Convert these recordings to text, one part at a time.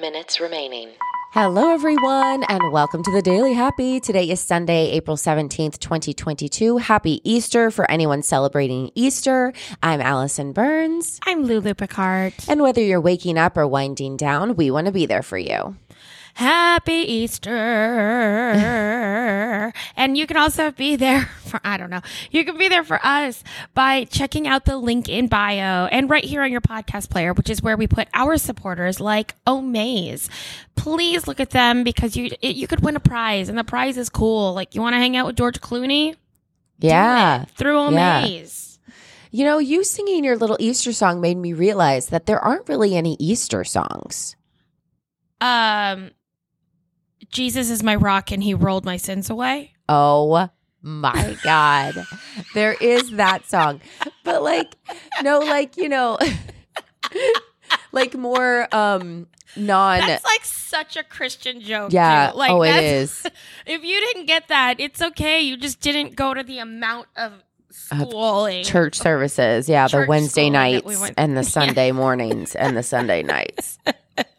minutes remaining. Hello, everyone, and welcome to the Daily Happy. Today is Sunday, April 17th, 2022. Happy Easter for anyone celebrating Easter. I'm Allison Burns. I'm Lulu Picard. And whether you're waking up or winding down, we want to be there for you. Happy Easter. and you can also be there for, I don't know, you can be there for us by checking out the link in bio and right here on your podcast player, which is where we put our supporters like Omaze. Please look at them because you, it, you could win a prize and the prize is cool. Like you want to hang out with George Clooney Yeah. through Yeah. Omaze. You know, you singing your little Easter song made me realize that there aren't really any Easter songs. Um, Jesus is my rock and he rolled my sins away. Oh my God. There is that song. But like, no, like, you know, like more um non That's like such a Christian joke. Yeah. too. Like oh, it that's- is. If you didn't get that, it's okay. You just didn't go to the amount of Uh, schooling. Church services. Yeah. the Church Wednesday school that nights we went- and the Yeah. Sunday mornings and the Sunday nights.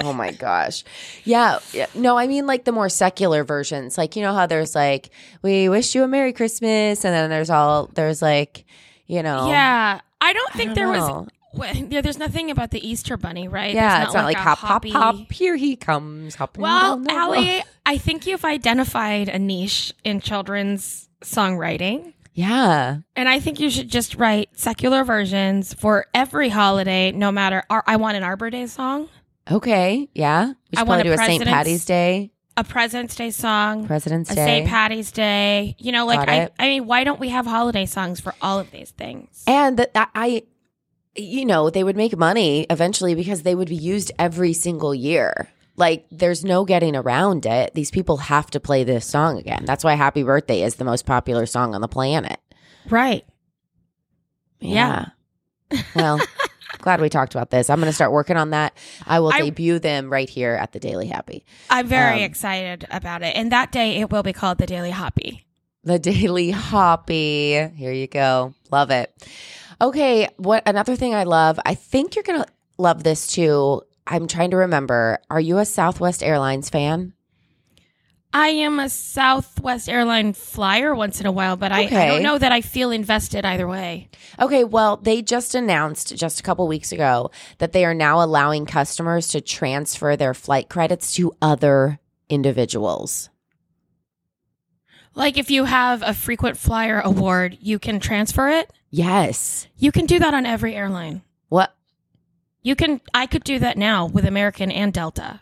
Oh my gosh. Yeah, yeah. No, I mean like the more secular versions. Like, you know how there's like, we wish you a Merry Christmas. And then there's all, there's like, you know. Yeah. I don't don't think there know. was. Well, yeah, there's nothing about the Easter bunny, right? Yeah, There's it's not like, a hop, hop, hoppy- hop. Here he comes, hopping Well, down the road. Allie, I think you've identified a niche in children's songwriting. Yeah, And I think you should just write secular versions for every holiday, no matter. Ar- I want an Arbor Day song, okay, yeah. We I should probably want do a a St. president's- Patty's Day, a President's Day song, President's a Day, St. Patty's Day. You know, Got like I, it. I mean, why don't we have holiday songs for all of these things? and that that I, you know, they would make money eventually because they would be used every single year. Like, there's no getting around it. These people have to play this song again. That's why "Happy Birthday" is the most popular song on the planet. Right. Yeah. Yeah. well, glad we talked about this. I'm going to start working on that. I will I- debut them right here at the Daily Happy. I'm very Um, excited about it. And that day it will be called the Daily Hoppy. The Daily Hoppy. Here you go. Love it. Okay, what another thing I love, I think you're going to love this too. I'm trying to remember. Are you a Southwest Airlines fan? I am a Southwest airline flyer once in a while, but I, I Okay. don't know that I feel invested either way. Okay, well, they just announced just a couple weeks ago that they are now allowing customers to transfer their flight credits to other individuals. Like if you have a frequent flyer award, you can transfer it. Yes. You can do that on every airline. What You can I could do that now with American and Delta.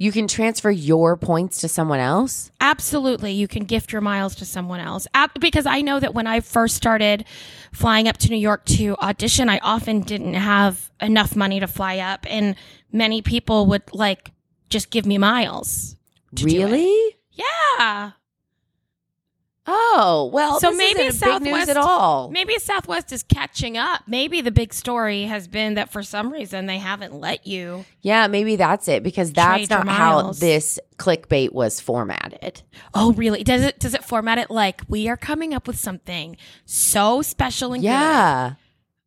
you can transfer your points to someone else? Absolutely, you can gift your miles to someone else. Ab- Because I know that when I first started flying up to New York to audition, I often didn't have enough money to fly up, and many people would like just give me miles. To do it. Really? Yeah, Oh, well, So this maybe isn't a big news Southwest- at all. maybe Southwest is catching up. Maybe the big story has been that for some reason they haven't let you. Yeah, maybe that's it because that's Trade your not how miles. this clickbait was formatted. Oh, really? Does it does it format it like we are coming up with something so special and good? Yeah.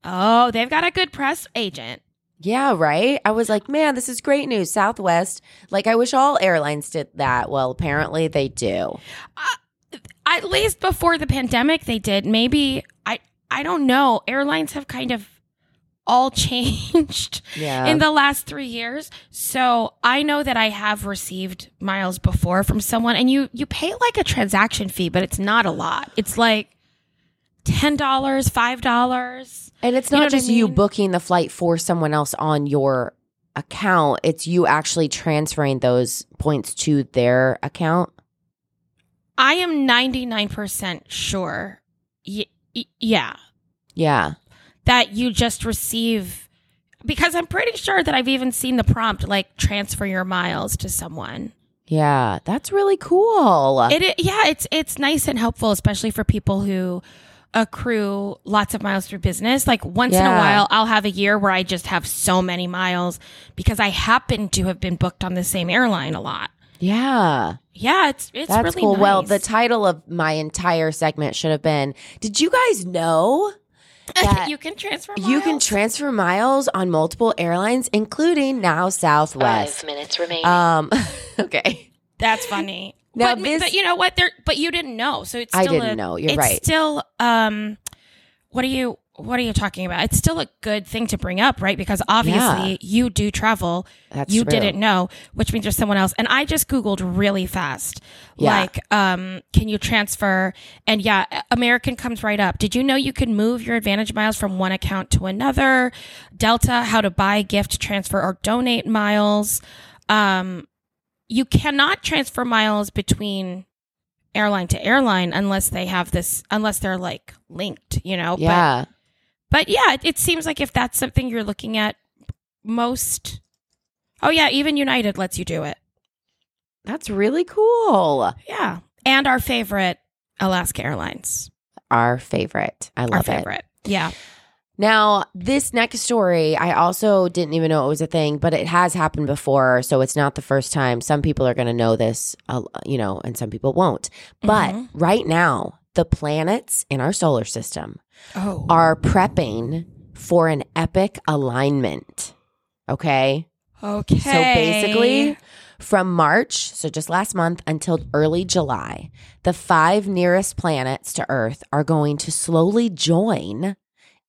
Oh, they've got a good press agent. Yeah, right? I was like, man, this is great news. Southwest, like, I wish all airlines did that. Well, apparently they do. at least before the pandemic they did maybe i i don't know airlines have kind of all changed Yeah. in the last three years so i know that i have received miles before from someone and you you pay like a transaction fee but it's not a lot it's like ten dollars five dollars and it's you not know what I just you mean? booking the flight for someone else on your account, it's you actually transferring those points to their account. i am 99% sure y- y- yeah Yeah. that you just receive because I'm pretty sure that I've even seen the prompt like transfer your miles to someone. Yeah. That's really cool. It, it yeah, it's it's nice and helpful especially for people who accrue lots of miles through business. Like once in Yeah. a while I'll have a year where I just have so many miles because I happen to have been booked on the same airline a lot. yeah. Yeah, it's it's That's really cool. Well, the nice. title of my entire segment should have been Did you guys know? that you can transfer. you can miles. transfer miles on multiple airlines, including now Southwest. Five minutes remaining. Um, okay. That's funny. Now but, this- but you know what? There, but you didn't know, so it's. I Still didn't a- know. You're it's right. Still, um, what are you? What are you talking about? It's still a good thing to bring up, right? Because obviously you do travel. That's you true. didn't know, which means there's someone else. And I just googled really fast, Yeah. like, um, can you transfer? And yeah, American comes right up. Did you know you can move your Advantage miles from one account to another? Delta, how to buy, gift, transfer, or donate miles. Um, you cannot transfer miles between airline to airline unless they have this unless they're like linked you know Yeah. but, but yeah it, it seems like if that's something you're looking at most oh yeah even united lets you do it That's really cool. yeah and our favorite alaska airlines Our favorite. I our love it. favorite yeah Now, this next story, I also didn't even know it was a thing, but it has happened before. So it's not the first time. Some people are going to know this, uh, you know, and some people won't. But Mhm. right now, the planets in our solar system oh are prepping for an epic alignment. Okay. Uh, okay So basically, from March, so just last month, until early July, the five nearest planets to Earth are going to slowly join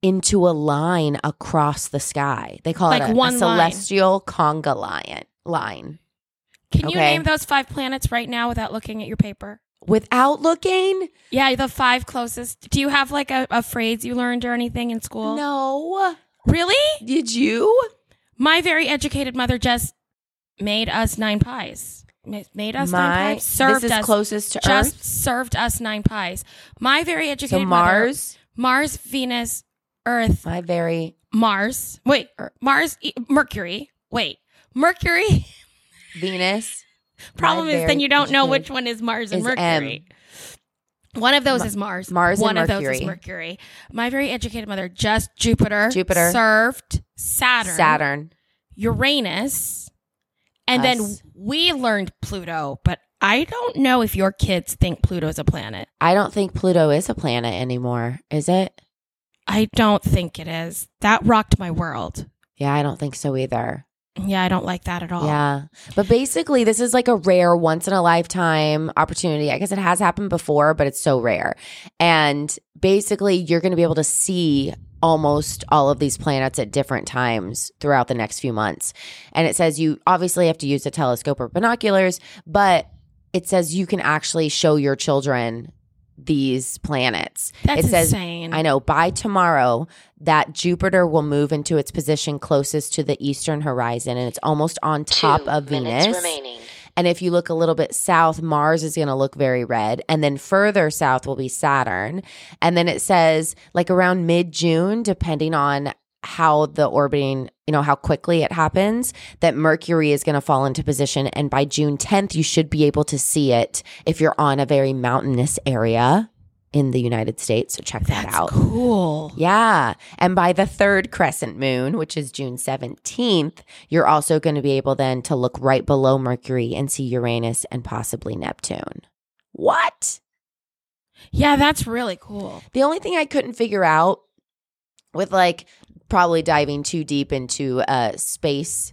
into a line across the sky. They call Like it a, a one line. celestial conga lion line. can you okay. name those five planets right now without looking at your paper Without looking, yeah the five closest do you have like a, a phrase you learned or anything in school no. really Did you? My very educated mother just made us nine pies. Ma- Made us nine pies. Served this is us. closest to just Earth. served us nine pies. My very educated So Mars, mother, Mars, Venus, Earth, my very Mars. Wait, er, Mars, E- Mercury. Wait, Mercury. Venus. Problem is, then very you don't know educated- which one is Mars and is M. Mercury. One of those is Mars. Mars and One of those is Mercury. Mercury. My very educated mother just Jupiter. Jupiter. served Saturn. Saturn. Uranus, and then Us. we learned Pluto, but I don't know if your kids think Pluto's a planet. I don't think Pluto is a planet anymore, is it? I don't think it is. That rocked my world. Yeah, I don't think so either. Yeah, I don't like that at all. Yeah. But basically, this is like a rare once in a lifetime opportunity. I guess it has happened before, but it's so rare. And basically, you're going to be able to see almost all of these planets at different times throughout the next few months. And it says you obviously have to use a telescope or binoculars, but it says you can actually show your children these planets. That's it says insane. I know by tomorrow that Jupiter will move into its position closest to the eastern horizon and it's almost on top Two of minutes Venus. remaining. And if you look a little bit south, Mars is going to look very red. And then further south will be Saturn. And then it says, like around mid June, depending on how the orbiting, you know, how quickly it happens, that Mercury is going to fall into position. And by June 10th, you should be able to see it if you're on a very mountainous area in the United States. So check that That's out. cool. Yeah. And by the third crescent moon, which is June 17th, you're also going to be able then to look right below Mercury and see Uranus and possibly Neptune. What? Yeah, that's really cool. The only thing I couldn't figure out with like probably diving too deep into uh, space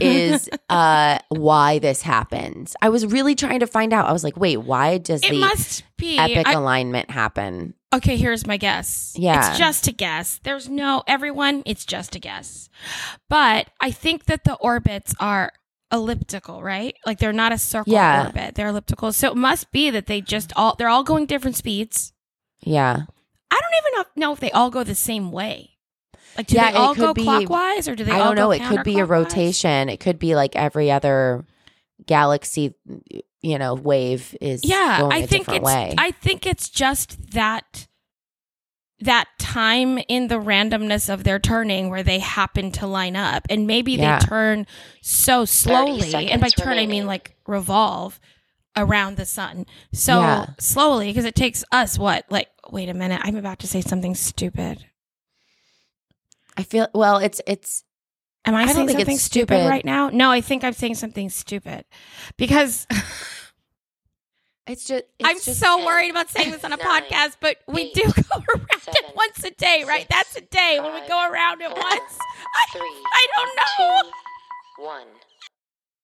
is uh, why this happens. I was really trying to find out. I was like, wait, why does It the must be. epic I- alignment happen? okay, here's my guess. Yeah. It's just a guess. There's no everyone, it's just a guess. But I think that the orbits are elliptical, right? Like they're not a circle Yeah. orbit. They're elliptical. So it must be that they just all they're all going different speeds. Yeah. I don't even know, know if they all go the same way. Like do Yeah, they it all go could be- clockwise or do they I all don't know. go It could be a counterclockwise? rotation. It could be like every other galaxy, you know, wave is Yeah, going I a think different it's way. I think it's just that that time in the randomness of their turning where they happen to line up and maybe Yeah. they turn so slowly and by seconds turn I mean remaining. like revolve around the sun so Yeah. slowly because it takes us what like wait a minute I'm about to say something stupid I feel well. It's it's Am I, I don't saying think it's something stupid. stupid. right now? No, I think I'm saying something stupid because It's just. It's I'm just- so worried about saying this on a nine, podcast, but we eight, do go around seven, it once a day, right? six, That's a day when we five, go around it four, once. I, three, I don't know. Two, one.